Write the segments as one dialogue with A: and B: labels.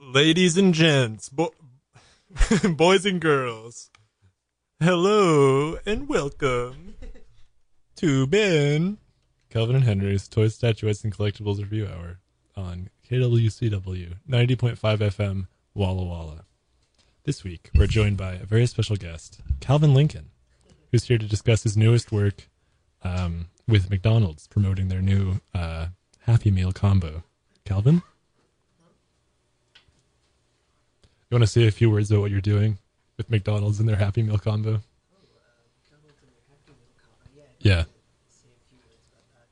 A: Ladies and gents, bo- boys and girls, hello and welcome to Ben Calvin and Henry's Toy Statuettes and Collectibles Review Hour on KWCW 90.5 FM Walla Walla. This week, we're joined by a very special guest, Calvin Lincoln, who's here to discuss his newest work um, with McDonald's promoting their new uh, Happy Meal combo. Calvin? You want to say a few words about what you're doing with McDonald's and their Happy Meal combo? Yeah.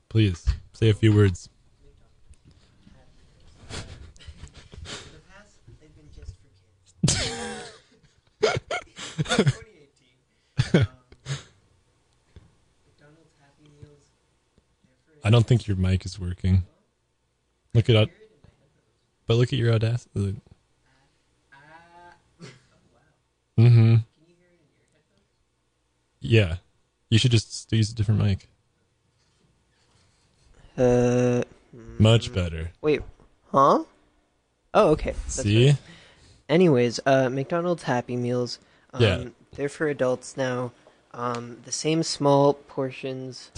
A: Please say a few words.
B: In the past, they've been just for kids. In 2018, um, McDonald's Happy Meals, they're for
A: I don't think your mic is working. Look at
B: Jared and my headphones.
A: but look at your audacity.
B: Ah, wow.
A: Mm-hmm.
B: Can you hear it in your headphones?
A: Yeah. You should just use a different mic.
B: Uh,
A: Much better.
B: wait, huh? Oh, okay.
A: See?
B: Anyways, uh, McDonald's Happy Meals. Um,
A: Yeah.
B: They're for adults now. Um, the same small portions,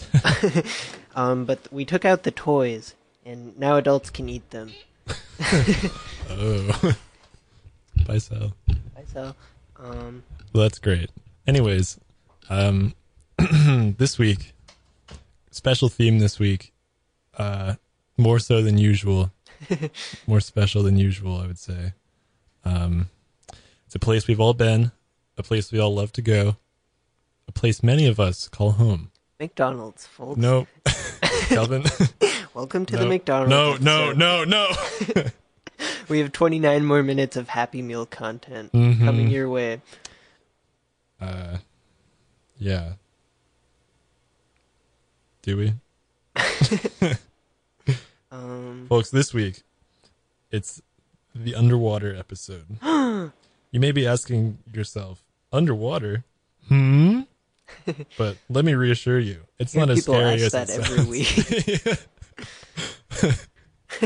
B: um, but we took out the toys, and now adults can eat them.
A: Oh. Bye, Sal.
B: So, um,
A: Well, that's great. Anyways, um, this week, special theme this week, uh, more so than usual, more special than usual, I would say. Um, it's a place we've all been, a place we all love to go, a place many of us call home.
B: McDonald's, folks.
A: No, Calvin.
B: Welcome to
A: no,
B: the McDonald's.
A: No, no,
B: episode.
A: no, no.
B: We have 29 more minutes of Happy Meal content coming your way.
A: Mm-hmm. Uh, yeah. Do we?
B: Um,
A: Folks, this week it's the underwater episode. you may be asking yourself, underwater? Hmm? but let me reassure you, it's
B: hear
A: not as
B: people
A: scary as
B: ask that
A: it
B: every
A: sounds.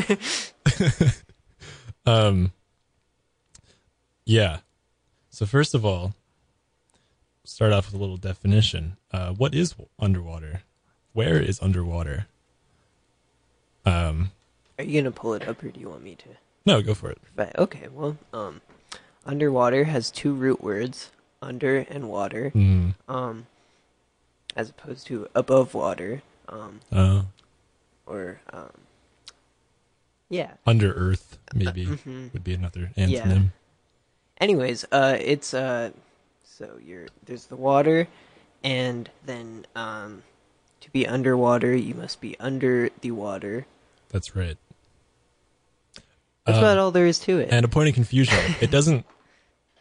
B: week.
A: Um, yeah. So first of all, start off with a little definition. Uh, what is underwater? Where is underwater? Um,
B: Are you gonna pull it up, or do you want me to?
A: no, go for it.
B: But okay, well, um, underwater has two root words, under and water,
A: Mm.
B: um, as opposed to above water, um,
A: Uh,
B: or um, yeah.
A: under Earth, maybe
B: Uh, mm-hmm.
A: would be another antonym.
B: Anyways, uh, it's uh, so you're there's the water, and then um, to be underwater, you must be under the water.
A: That's right.
B: That's
A: Um,
B: about all there is to it.
A: And a point of confusion. It doesn't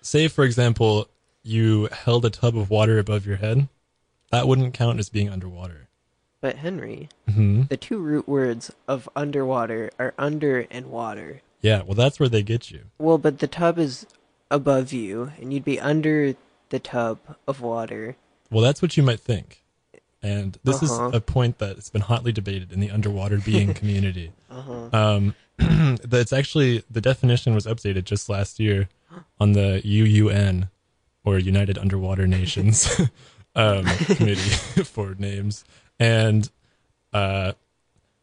A: say, for example, you held a tub of water above your head. That wouldn't count as being underwater.
B: but Henry,
A: hmm
B: the two root words of underwater are under and water.
A: Yeah, well, that's where they get you.
B: Well, but the tub is above you, and you'd be under the tub of water.
A: Well, that's what you might think. And this
B: Uh-huh.
A: is a point that's been hotly debated in the underwater being community. Um, that's actually the definition was updated just last year on the UUN or United Underwater Nations um, Committee for names. And uh,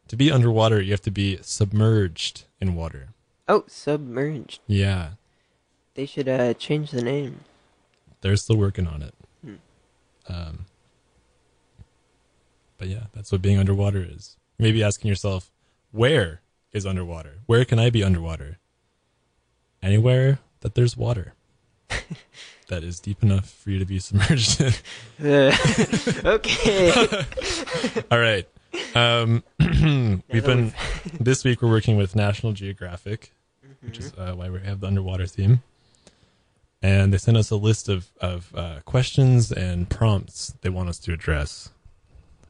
A: to be underwater, you have to be submerged in water.
B: Oh, submerged.
A: Yeah,
B: They should uh, change the name.
A: they're still working on it. Um, but yeah, that's what being underwater is. Maybe asking yourself, where is underwater? Where can I be underwater? Anywhere that there's water that is deep enough for you to be submerged in.
B: Uh, okay.
A: All right. Um, we've been this week. We're working with National Geographic, which is uh, why we have the underwater theme. And they sent us a list of of uh, questions and prompts they want us to address.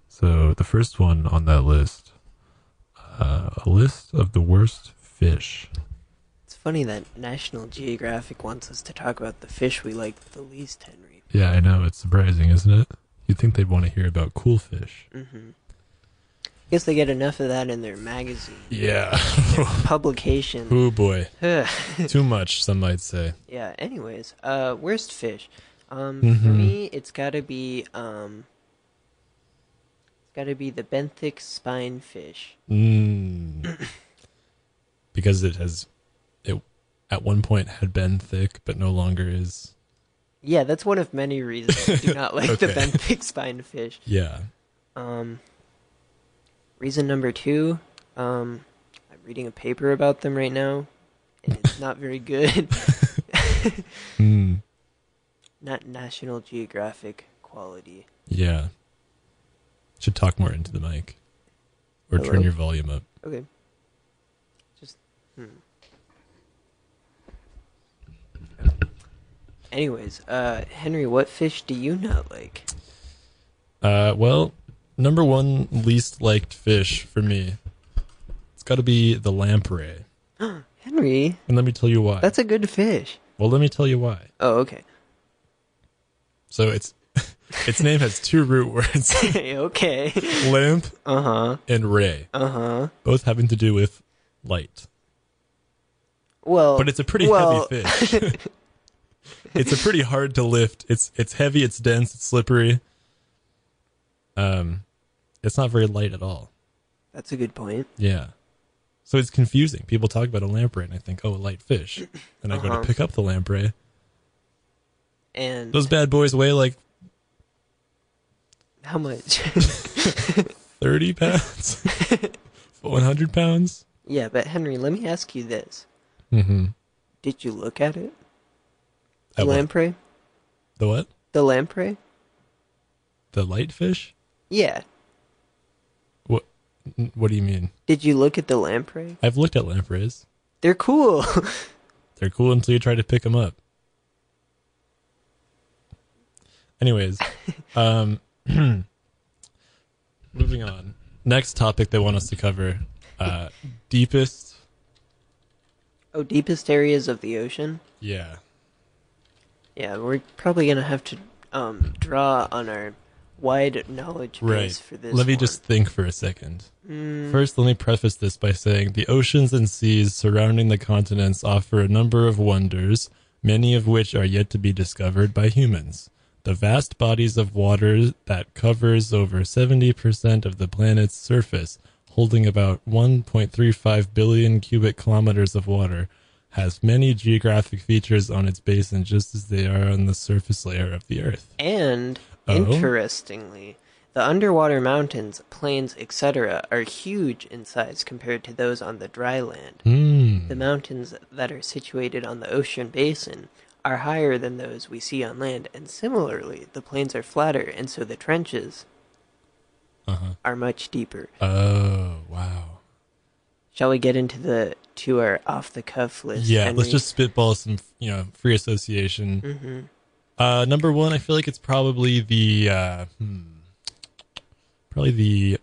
A: So the first one on that list, uh, a list of the worst fish.
B: It's funny that National Geographic wants us to talk about the fish we like the least, Henry.
A: Yeah, I know it's surprising, isn't it? You'd think they'd want to hear about cool fish.
B: hmm Mm-hmm. guess they get enough of that in their magazine
A: Yeah.
B: publication.
A: oh boy.
B: yeah.
A: Too much, some might say.
B: Anyways, uh, worst fish. Um, For
A: Mhm.
B: me, it's gotta be um, it's gotta be the benthic spinefish.
A: Mm. because it has, it at one point had been thick, but no longer is.
B: Yeah, that's one of many reasons I do not like the
A: Okay.
B: benthic spinefish.
A: Yeah.
B: Um, reason number two, um, I'm reading a paper about them right now, and it's not very good. Hmm.
A: Mm.
B: not National Geographic quality.
A: Yeah. Should talk more into the mic, or
B: Hello?
A: turn your volume up.
B: Okay. Just. Hmm. Anyways, uh, Henry, what fish do you not like?
A: Uh, well, number one least liked fish for me, it's got to be the lamprey,
B: Henry,
A: and let me tell you why.
B: that's a good fish.
A: well, let me tell you why.
B: Oh, okay.
A: So it's its name has two root words,
B: okay.
A: lamp
B: Uh huh.
A: and ray,
B: Uh huh.
A: both having to do with light.
B: Well,
A: but it's a pretty
B: well,
A: heavy fish. it's a pretty hard to lift. It's it's heavy. It's dense. It's slippery. Um, it's not very light at all.
B: That's a good point.
A: Yeah, so it's confusing. People talk about a lamprey, and I think, oh, a light fish, and I go
B: Uh-huh.
A: to pick up the lamprey.
B: And
A: Those bad boys weigh like
B: how much?
A: thirty pounds, one hundred pounds.
B: yeah, but Henry, let me ask you this:
A: Mm-hmm.
B: Did you look at it? The
A: At what?
B: lamprey.
A: The what?
B: The lamprey.
A: The light fish?
B: Yeah.
A: What? n- What do you mean?
B: Did you look at the lamprey?
A: I've looked at lampreys.
B: They're cool.
A: They're cool until you try to pick them up. Anyways, um, moving on. Next topic they want us to cover: uh, deepest.
B: oh, deepest areas of the ocean.
A: Yeah,
B: Yeah, we're probably gonna have to um, draw on our wide knowledge base
A: right.
B: for this. Mm.
A: Let me
B: one.
A: just think for a second. First, let me preface this by saying the oceans and seas surrounding the continents offer a number of wonders, many of which are yet to be discovered by humans. The vast bodies of water that covers over 70% of the planet's surface, holding about 1.35 billion cubic kilometers of water, has many geographic features on its basin just as they are on the surface layer of the Earth.
B: And
A: Oh?
B: interestingly, the underwater mountains, plains, etc., are huge in size compared to those on the dry land.
A: Hmm.
B: The mountains that are situated on the ocean basin are higher than those we see on land, and similarly, the plains are flatter, and so the trenches
A: Uh-huh.
B: are much deeper.
A: Oh, wow.
B: Shall we get into the to our off the cuff list?
A: Yeah,
B: Henry?
A: let's just spitball some, you know, free association.
B: Mm-hmm.
A: Uh, number one, I feel like it's probably the, uh, hmm, probably the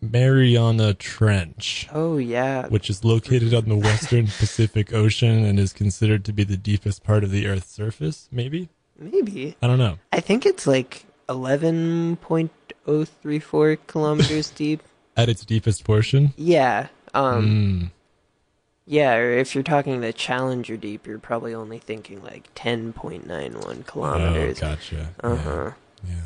A: Mariana Trench,
B: Oh yeah,
A: which is located on the western Pacific Ocean and is considered to be the deepest part of the Earth's surface. Maybe
B: maybe.
A: I don't know.
B: I think it's like eleven point oh three four kilometers deep.
A: At its deepest portion,
B: Yeah. Um.
A: Hmm.
B: Yeah. Or if you're talking the Challenger Deep, you're probably only thinking like ten point nine one
A: oh,
B: kilometers.
A: gotcha.
B: uh huh.
A: Yeah, yeah.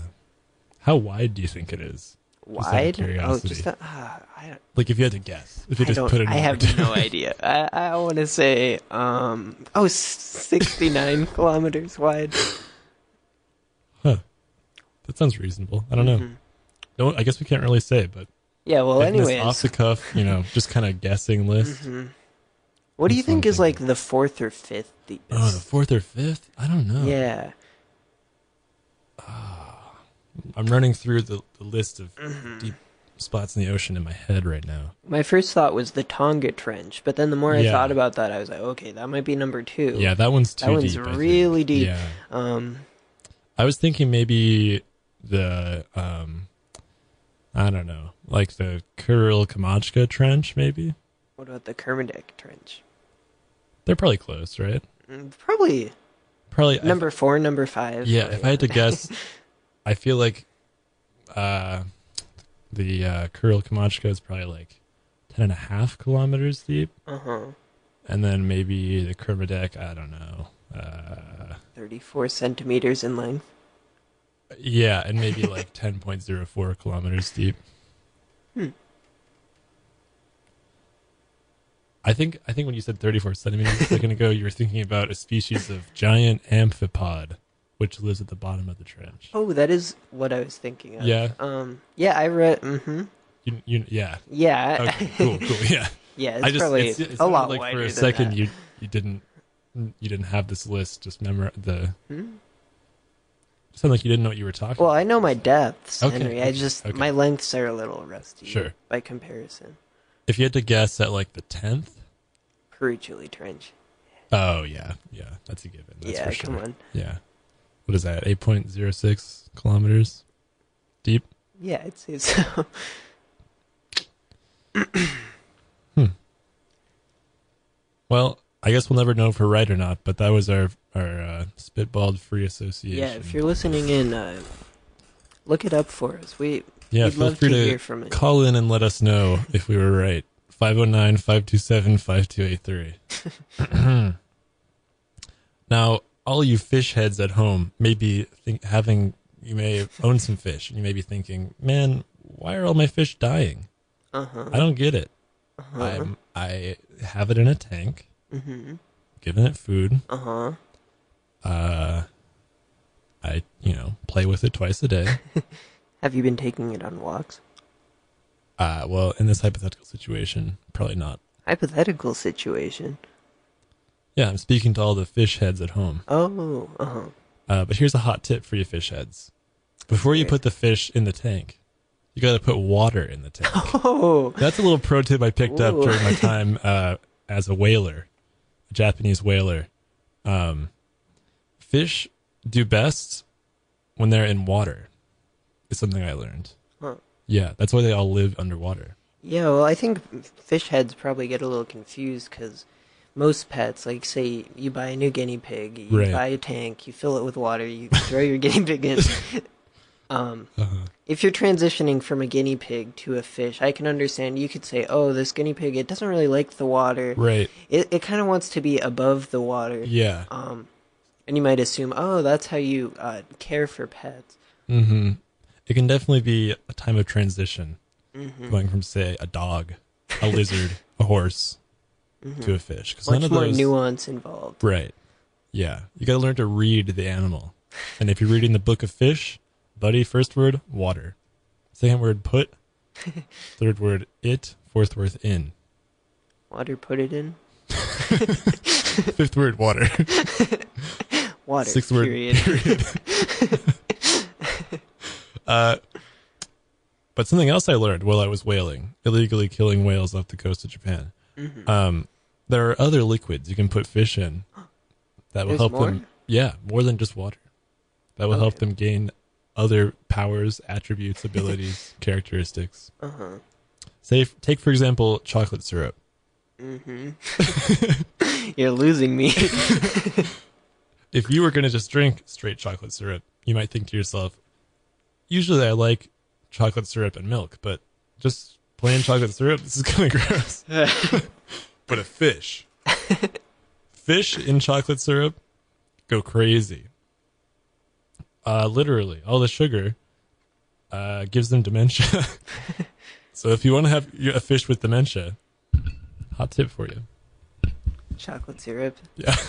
A: How wide do you think it is? out of
B: Wide. oh,
A: curiosity.
B: just the, ah, I don't.
A: Like, if you had to guess, if you
B: I,
A: just
B: don't,
A: put it,
B: I have
A: out.
B: no idea. I, I want to say, um, oh, 69 kilometers wide.
A: That sounds reasonable. I don't know. No, I guess we can't really say, but
B: Mm-hmm. Yeah, well,
A: making this
B: anyways.
A: off the cuff, you know, just kind of guessing list.
B: Mm-hmm. What do you
A: That's what I'm
B: think is like the fourth or fifth deepest?
A: Oh, the oh. fourth or fifth? I don't know.
B: Mm-hmm. yeah.
A: I'm running through the, the list of
B: Mm-hmm.
A: deep spots in the ocean in my head right now.
B: My first thought was the Tonga Trench, but then the more I
A: Yeah.
B: thought about that, I was like, okay, that might be number two.
A: Yeah, that one's too
B: that one's
A: deep. I think.
B: really deep.
A: Yeah.
B: Um,
A: I was thinking maybe the um I don't know, like the Kuril Kamachka trench maybe.
B: what about the Kermadec Trench?
A: They're probably close, right?
B: Mm, Probably
A: Probably I-
B: number four, number five.
A: Yeah, if I had to guess, I feel like uh, the uh, Kuril Kamachka is probably like 10 and a half kilometers deep.
B: Uh huh.
A: And then maybe the Kermadec, I don't know. Uh,
B: 34 centimeters in length.
A: yeah, and maybe like 10.04 kilometers deep. I think I think when you said 34 centimeters a second ago, you were thinking about a species of giant amphipod, which lives at the bottom of the trench.
B: Oh, that is what I was thinking of.
A: Yeah.
B: Um. Yeah, I read. Mm hmm.
A: You, you, yeah.
B: Yeah.
A: Okay. Cool. Cool. Yeah.
B: yeah, it's
A: I just
B: probably
A: it's, it
B: a
A: sounded
B: lot
A: like
B: wider
A: for a
B: than
A: second
B: that.
A: you you didn't you didn't have this list just memor the.
B: Hmm?
A: It sounded like you didn't know what you were talking.
B: Well,
A: about
B: I know
A: for a
B: my
A: second.
B: depths,
A: Okay,
B: Henry. I
A: okay,
B: just
A: okay.
B: my lengths are a little rusty.
A: Sure.
B: By comparison,
A: If you had to guess at like the tenth.
B: Peruchuli Trench.
A: Oh yeah, yeah. That's a given. That's
B: yeah,
A: for sure.
B: come on.
A: Yeah. What is that? 8.06 kilometers deep.
B: Yeah, I'd say so.
A: Well, I guess we'll never know if we're right or not, but that was our our uh, spitballed free association.
B: yeah, if you're listening in, uh, look it up for us. We
A: Yeah,
B: we'd
A: feel
B: love
A: free
B: to
A: to
B: hear from it.
A: call in and let us know if we were right. 509-527-5283. now, all you fish heads at home may be think- having you may own some fish and you may be thinking, "Man, why are all my fish dying?
B: Uh huh.
A: I don't get it. I'm, I have it in a tank,
B: Mm-hmm.
A: giving it food.
B: Uh huh.
A: Uh, I, you know, play with it twice a day.
B: Have you been taking it on walks?
A: Uh, well, in this hypothetical situation, probably not.
B: Hypothetical situation.
A: Yeah, I'm speaking to all the fish heads at home.
B: Oh, uh huh.
A: Uh, but here's a hot tip for you fish heads. Before you
B: Okay.
A: put the fish in the tank, you got to put water in the tank.
B: Oh,
A: That's a little pro tip I picked up
B: Ooh.
A: during my time uh, as a whaler, a Japanese whaler. Um, fish do best when they're in water. It's something I learned.
B: Huh.
A: Yeah, that's why they all live underwater.
B: Yeah, well, I think fish heads probably get a little confused because most pets, like say you buy a new guinea pig, you
A: Right.
B: buy a tank, you fill it with water, you throw your guinea pig in. Um, If you're transitioning from a guinea pig to a fish, I can understand. You could say, "Oh, this guinea pig, it doesn't really like the water.
A: Right.
B: It it kind of wants to be above the water."
A: Yeah.
B: Um, and you might assume, "Oh, that's how you uh, care for pets."
A: Mm-hmm. It can definitely be a time of transition,
B: Mm-hmm.
A: going from say a dog, a lizard, a horse, to a fish. Because
B: Mm-hmm. Much more nuance involved.
A: Right. Yeah. You got to learn to read the animal. And if you're reading the book of fish, buddy, first word, water. Second word, put. Third word, it. Fourth word, in.
B: Water, put it in
A: Fifth word, water.
B: water.
A: Sixth word,
B: period.
A: Uh, But something else I learned while I was whaling, illegally killing whales off the coast of Japan,
B: Mm-hmm.
A: um, there are other liquids you can put fish in that will
B: There's
A: help
B: more?
A: them. Yeah, more than just water. That will help them gain other powers, attributes, abilities, characteristics.
B: Uh huh.
A: Say, f- take for example, chocolate syrup.
B: You're losing me.
A: If you were going to just drink straight chocolate syrup, you might think to yourself, usually I like chocolate syrup and milk, but just plain chocolate syrup, this is kind of gross. but a fish. fish in chocolate syrup go crazy. Uh, literally, all the sugar uh, gives them dementia. so if you want to have your- a fish with dementia, hot tip for you.
B: Chocolate syrup.
A: Yeah.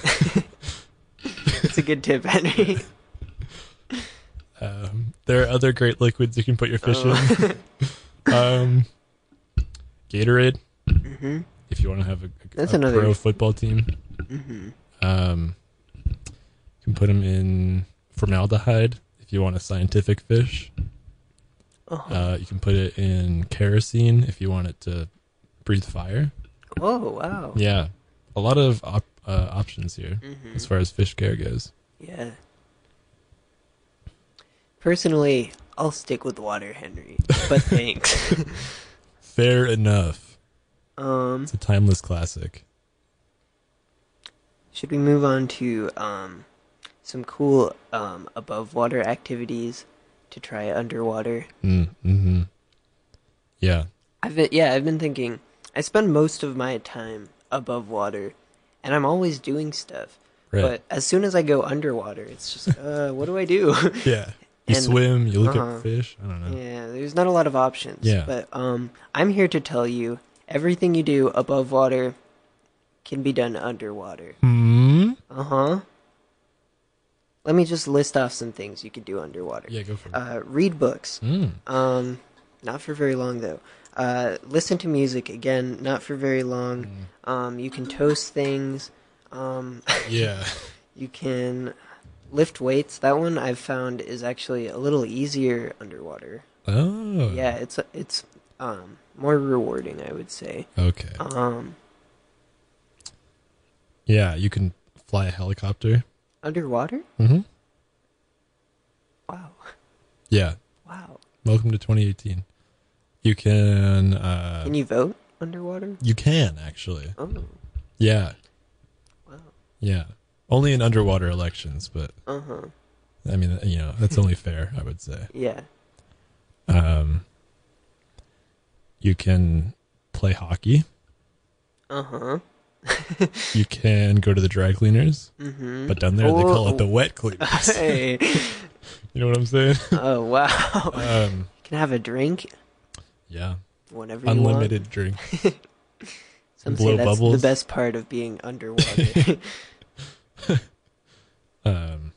B: It's a good tip, Henry.
A: Um, there are other great liquids you can put your fish in.
B: Oh.
A: um, Gatorade,
B: Mm-hmm,
A: if you want to have a,
B: That's
A: a
B: another-
A: pro football team.
B: mm-hmm.
A: Um, you can put them in formaldehyde if you want a scientific fish.
B: Uh-huh.
A: Uh, you can put it in kerosene if you want it to breathe fire.
B: oh wow.
A: Yeah, a lot of op- uh, options here
B: Mm-hmm.
A: as far as fish care goes.
B: Yeah. Personally, I'll stick with water, Henry. But thanks.
A: Fair enough.
B: um,
A: It's a timeless classic.
B: should we move on to um, some cool um, above water activities to try underwater?
A: Mm, hmm Yeah.
B: I've been, yeah, I've been thinking. I spend most of my time above water, and I'm always doing stuff.
A: Right.
B: But as soon as I go underwater, it's just, uh, what do I do?
A: yeah. You
B: And-
A: swim, you look
B: uh-huh.
A: at fish. I don't know.
B: yeah, there's not a lot of options.
A: Yeah.
B: But um, I'm here to tell you everything you do above water can be done underwater.
A: Hmm?
B: Uh huh. Let me just list off some things you could do underwater.
A: Yeah, go for it.
B: Uh, read books.
A: mm.
B: Um, not for very long though. Uh, listen to music again. Not for very long.
A: Mm.
B: Um, you can toast things. Um,
A: Yeah.
B: you can lift weights. That one I've found is actually a little easier underwater.
A: Oh.
B: Yeah, it's it's um more rewarding, I would say.
A: Okay.
B: Um,
A: Yeah, you can fly a helicopter.
B: underwater.
A: Mm-hmm.
B: Wow,
A: Yeah.
B: wow.
A: Welcome to 2018. You can. Uh,
B: Can you vote underwater?
A: you can actually.
B: Oh,
A: Yeah.
B: wow.
A: Yeah. Only in underwater elections, but
B: Uh huh.
A: I mean, uh, you know, that's only fair, I would say.
B: Yeah.
A: Um, you can play hockey.
B: Uh huh.
A: You can go to the dry cleaners,
B: Mm-hmm.
A: but down there they call it the wet cleaners.
B: Hey.
A: You know what I'm saying?
B: oh wow.
A: Um,
B: You can have a drink
A: yeah.
B: whenever you want.
A: Unlimited drink.
B: Some
A: blow
B: say that's
A: bubbles.
B: the best part of being underwater.
A: Um,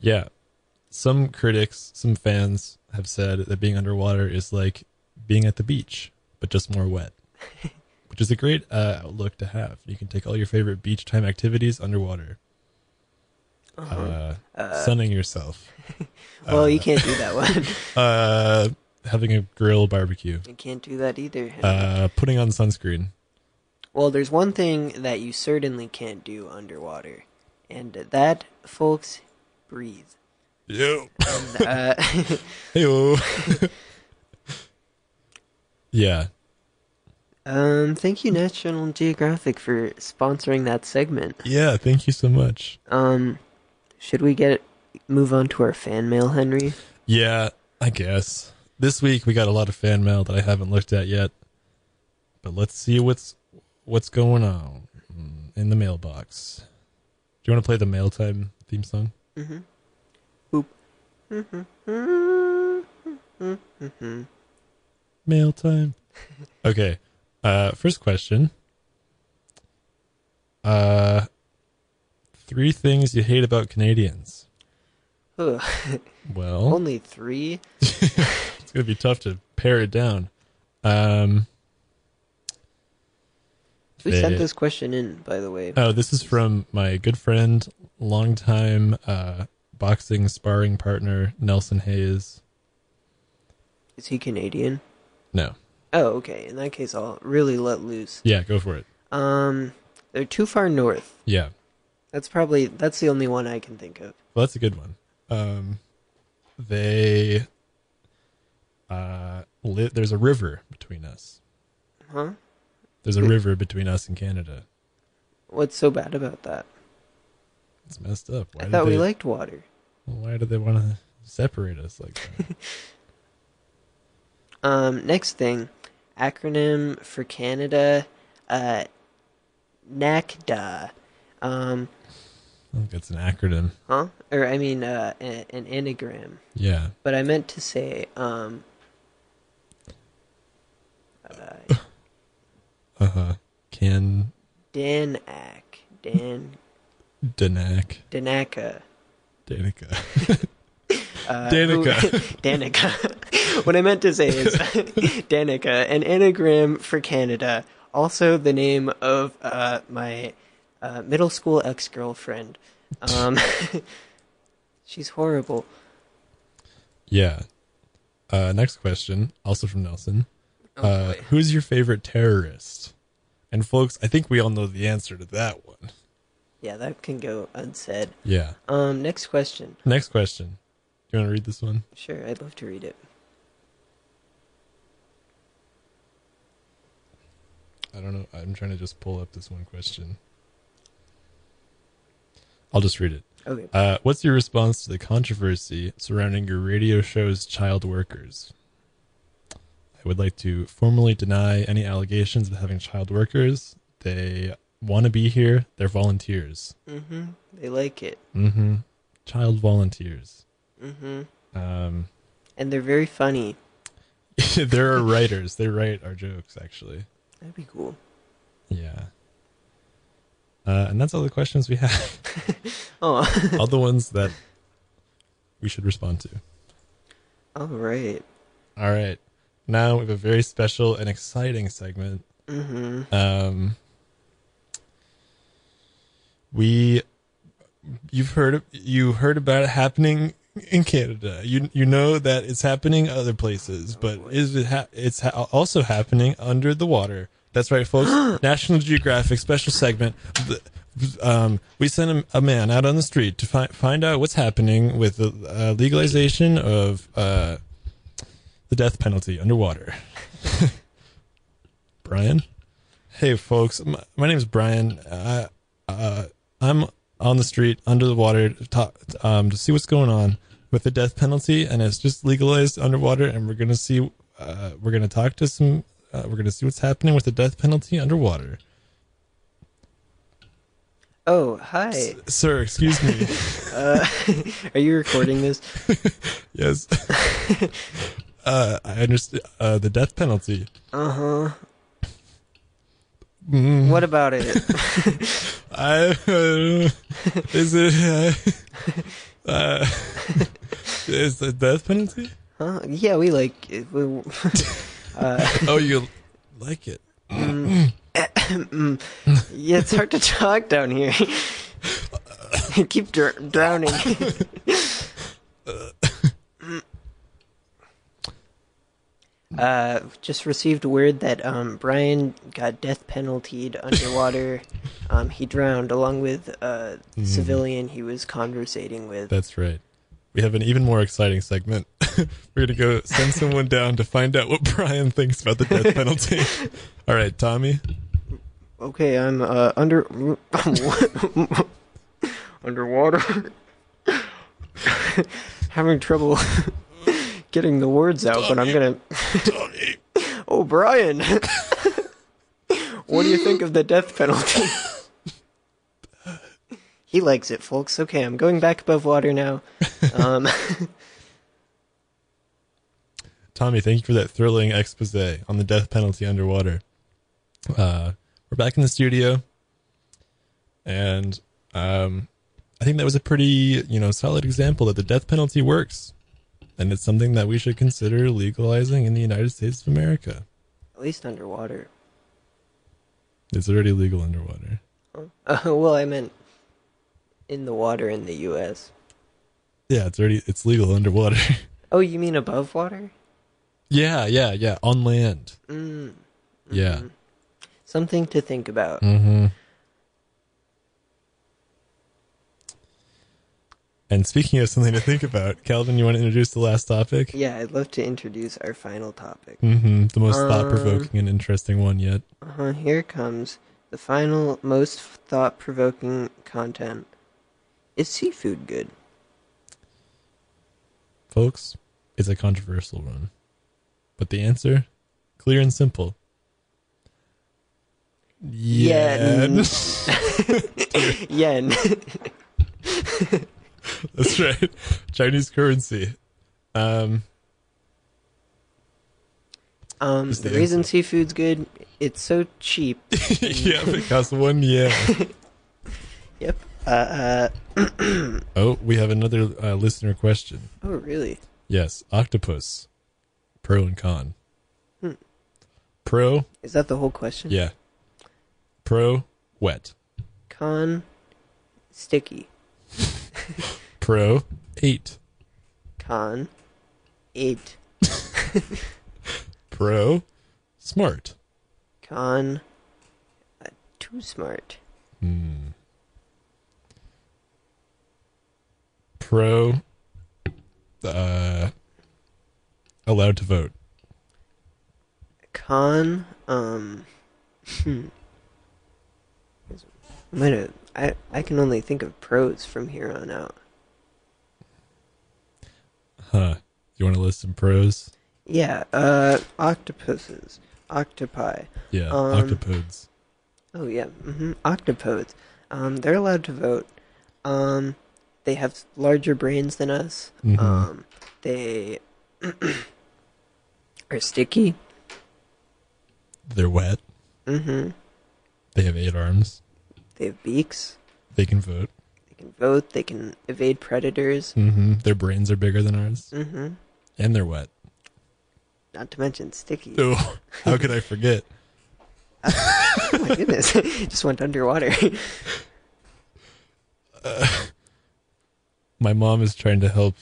A: yeah, some critics, some fans have said that being underwater is like being at the beach, but just more wet, which is a great uh, outlook to have. You can take all your favorite beach time activities underwater, uh, sunning yourself,
B: well, you can't do that one.
A: uh, having a grill barbecue,
B: you can't do that either.
A: uh, putting on sunscreen.
B: well, there's one thing that you certainly can't do underwater, and that, folks, breathe.
A: Yo.
B: And, uh,
A: Hey-o. yeah.
B: um, thank you, National Geographic, for sponsoring that segment.
A: Yeah. Thank you so much.
B: Um, should we get move on to our fan mail, Henry?
A: Yeah, I guess. This week we got a lot of fan mail that I haven't looked at yet. But let's see what's what's going on in the mailbox. Do you want to play the mail time theme song? Mail time. okay. Uh first question. Uh three things you hate about Canadians.
B: Ugh,
A: Well,
B: Only three.
A: it's going to be tough to pare it down. Um
B: We sent
A: Uh,
B: this question in, by the way.
A: Oh, this is from my good friend, longtime uh, boxing sparring partner, Nelson Hayes.
B: Is he Canadian?
A: No.
B: Oh, okay. In that case, I'll really let loose.
A: Yeah, go for it.
B: Um, they're too far north.
A: Yeah.
B: That's probably that's the only one I can think of.
A: Well, that's a good one. Um, they. Uh, li- there's a river between us.
B: Huh?
A: There's
B: Hmm.
A: a river between us and Canada.
B: What's so bad about that?
A: It's messed up. Why
B: I
A: did
B: thought we
A: they-
B: liked water.
A: Why do they want to separate us like that?
B: Um, next thing, acronym for Canada, uh, NACDA. Um,
A: I think it's an acronym.
B: huh? Or I mean, uh, a- an anagram.
A: Yeah.
B: But I meant to say, um, uh,
A: Uh huh. Can
B: Danak, Dan,
A: Danak
B: Danaka.
A: Danica.
B: Uh,
A: Danica.
B: who- Danica. what I meant to say is Danica, an anagram for Canada. Also, the name of uh, my uh, middle school ex girlfriend. Um, she's horrible.
A: Yeah. Uh, next question, also from Nelson.
B: Oh,
A: Uh,
B: boy.
A: who's your favorite terrorist? And folks, I think we all know the answer to that one.
B: Yeah, that can go unsaid.
A: Yeah.
B: Um, next question.
A: Next question. Do you want to read this one?
B: Sure, I'd love to read it.
A: I don't know. I'm trying to just pull up this one question. I'll just read it.
B: Okay.
A: Uh, what's your response to the controversy surrounding your radio show's child workers? I would like to formally deny any allegations of having child workers. They want to be here. They're volunteers.
B: Mm-hmm. They like it.
A: Mm-hmm. Child volunteers.
B: Mm-hmm.
A: Um,
B: And they're very funny.
A: there are writers. They write our jokes, actually.
B: That'd be cool.
A: Yeah. Uh, and that's all the questions we have.
B: Oh,
A: all the ones that we should respond to.
B: all right.
A: All right. Now we have a very special and exciting segment.
B: Mm-hmm.
A: Um, we, you've heard you heard about it happening in Canada. You you know that it's happening other places, but is it ha- it's ha- also happening under the water. That's right, folks. National Geographic special segment. The, um, we sent a, a man out on the street to find find out what's happening with the uh, legalization of uh, the death penalty underwater. Brian. Hey, folks. My, my name is Brian. I, uh, I'm on the street under the water to, talk, um, to see what's going on with the death penalty, and it's just legalized underwater. And we're gonna see. Uh, we're gonna talk to some. Uh, we're gonna see what's happening with the death penalty underwater.
B: Oh, hi.
A: Sir, excuse me.
B: Uh, are you recording this?
A: yes. uh, I understand. Uh, the death penalty.
B: Uh huh.
A: Mm,
B: What about it?
A: I. Uh, is it? Uh, uh, is the death penalty?
B: Huh? Yeah, we like. It. We- Uh,
A: Oh, you like it?
B: mm. yeah, it's hard to talk down here. I keep dr- drowning. uh, just received word that um, Brian got death penaltyed underwater. um, he drowned along with a civilian he was conversating with.
A: That's right. We have an even more exciting segment. We're going to go send someone down to find out what Brian thinks about the death penalty. All right, Tommy.
B: Okay, I'm uh, under underwater. Having trouble getting the words out, but I'm gonna.
A: Tommy.
B: Oh, Brian, what do you think of the death penalty? he likes it, folks. Okay, I'm going back above water now. Um,
A: Tommy, thank you for that thrilling expose on the death penalty underwater. Uh, we're back in the studio, and um, I think that was a pretty, you know, solid example that the death penalty works, and it's something that we should consider legalizing in the United States of America.
B: at least underwater.
A: It's already legal underwater.
B: Uh, well, I meant in the water in the U.S.
A: Yeah, it's already it's legal underwater.
B: Oh, you mean above water?
A: yeah, yeah, yeah. On land. Yeah.
B: Something to think about.
A: Mm-hmm. And speaking of something to think about, Calvin, you want to introduce the last topic?
B: Yeah, I'd love to introduce our final topic.
A: Mm-hmm. The most thought provoking and interesting one yet.
B: Uh-huh, here comes the final, most thought provoking content. Is seafood good?
A: Folks, it's a controversial one. But the answer? Clear and simple.
B: Yeah, n-
A: Yeah.
B: Yen.
A: That's right. Chinese currency. Um,
B: um,
A: Is
B: the
A: the
B: reason seafood's good, it's so cheap.
A: yeah, it costs one yeah.
B: Yep. Uh, uh,
A: Oh, we have another uh, listener question.
B: oh, really?
A: Yes, octopus. Pro and con. Pro,
B: Is that the whole question?
A: yeah. Pro, wet.
B: Con, sticky.
A: Pro, eight.
B: Con, eight.
A: Pro, smart.
B: Con, uh, too smart.
A: Pro, uh, allowed to vote.
B: Con, um, hmm. might have. I I can only think of pros from here on out.
A: Huh. You want to list some pros?
B: Yeah, uh, octopuses, octopi.
A: Yeah,
B: Um,
A: octopodes.
B: Oh yeah, hmm octopodes. Um, they're allowed to vote. Um, they have larger brains than us.
A: Mhm.
B: Um, they are sticky.
A: They're wet.
B: hmm
A: They have eight arms.
B: They have beaks.
A: They can vote.
B: They can vote. They can evade predators.
A: hmm Their brains are bigger than ours,
B: hmm
A: and they're wet.
B: Not to mention sticky.
A: Ew, how could I forget?
B: Oh my goodness! Just went underwater.
A: My mom is trying to help.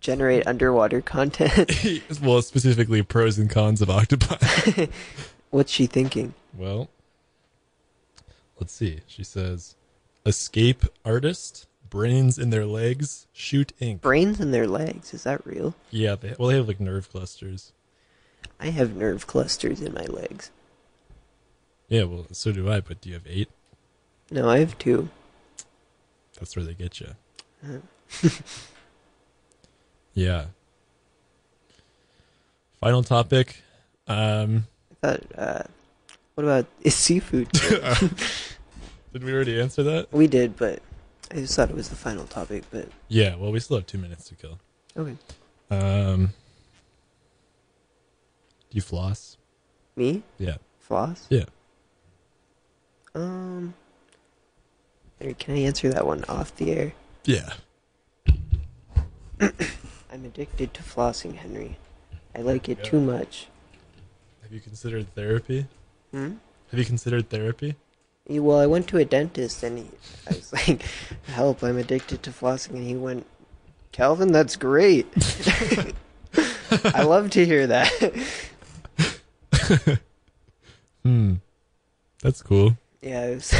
B: Generate underwater content.
A: well, specifically pros and cons of octopi.
B: What's she thinking?
A: Well, let's see. She says, "Escape artist, brains in their legs, shoot ink."
B: Brains in their legs. Is that real?
A: yeah, they well they have like nerve clusters.
B: I have nerve clusters in my legs.
A: Yeah, well, so do I. But do you have eight?
B: No, I have two.
A: That's where they get you. yeah. Final topic. Um,
B: I thought. Uh, what about is seafood?
A: did we already answer that?
B: we did, but I just thought it was the final topic. But
A: Yeah. Well, we still have two minutes to kill.
B: okay,
A: Um, do you floss?
B: me
A: Yeah.
B: floss.
A: Yeah.
B: Um, or can I answer that one off the air?
A: Yeah.
B: I'm addicted to flossing, Henry. I like it
A: Yeah.
B: too much.
A: Have you considered therapy?
B: Hmm?
A: Have you considered therapy?
B: Yeah, Well, I went to a dentist and he, I was like, "Help! I'm addicted to flossing," and he went, "Calvin, that's great. I love to hear that."
A: Hmm. That's cool.
B: yeah, it was,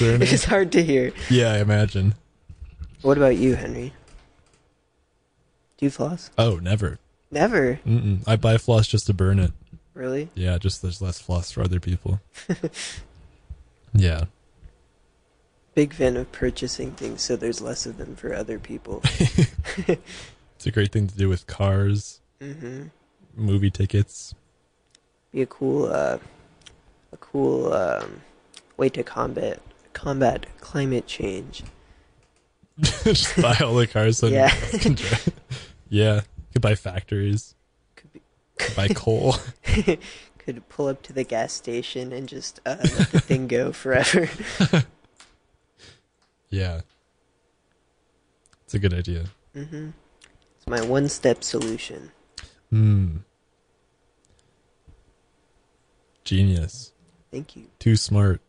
A: there
B: it was hard to hear.
A: Yeah, I imagine.
B: What about you, Henry? Do you floss?
A: Oh, never.
B: Never,
A: Mm-mm. I buy floss just to burn it.
B: really.
A: Yeah, just there's less floss for other people. yeah.
B: Big fan of purchasing things so there's less of them for other people.
A: It's a great thing to do with cars, Mm-hmm.
B: hmm
A: movie tickets.
B: Be a cool, uh, a cool um, way to combat combat climate change.
A: just buy all the cars. that-
B: Yeah,
A: yeah. You could buy factories,
B: could be
A: could buy coal.
B: could pull up to the gas station and just uh, let the thing go forever.
A: yeah. It's a good idea.
B: hmm It's my one-step solution.
A: Hmm. Genius.
B: Thank you.
A: Too smart.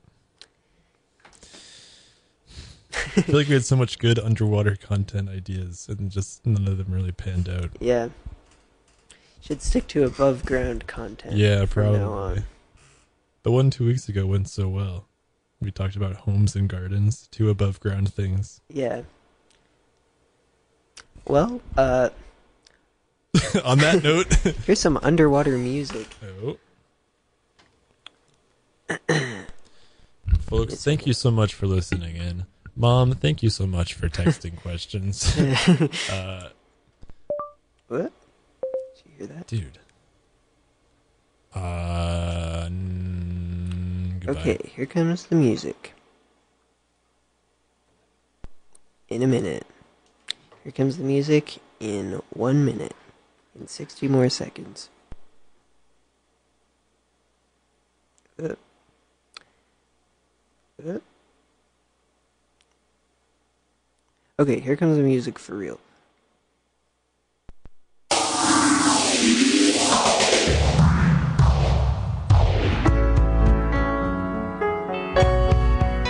A: I feel like we had so much good underwater content ideas, and just none of them really panned out.
B: Yeah, should stick to above-ground content.
A: Yeah,
B: from
A: probably.
B: now on.
A: The one two weeks ago went so well. We talked about homes and gardens, two above ground things.
B: Yeah. Well, uh,
A: On that note,
B: here's some underwater music.
A: oh. folks, thank you so much for listening in. Mom, thank you so much for texting questions. uh,
B: What? Did you hear that?
A: dude. Uh, mm, goodbye.
B: Okay, here comes the music. In a minute. Here comes the music in one minute. In 60 more seconds. Uh. Uh. Okay, here comes the music for real.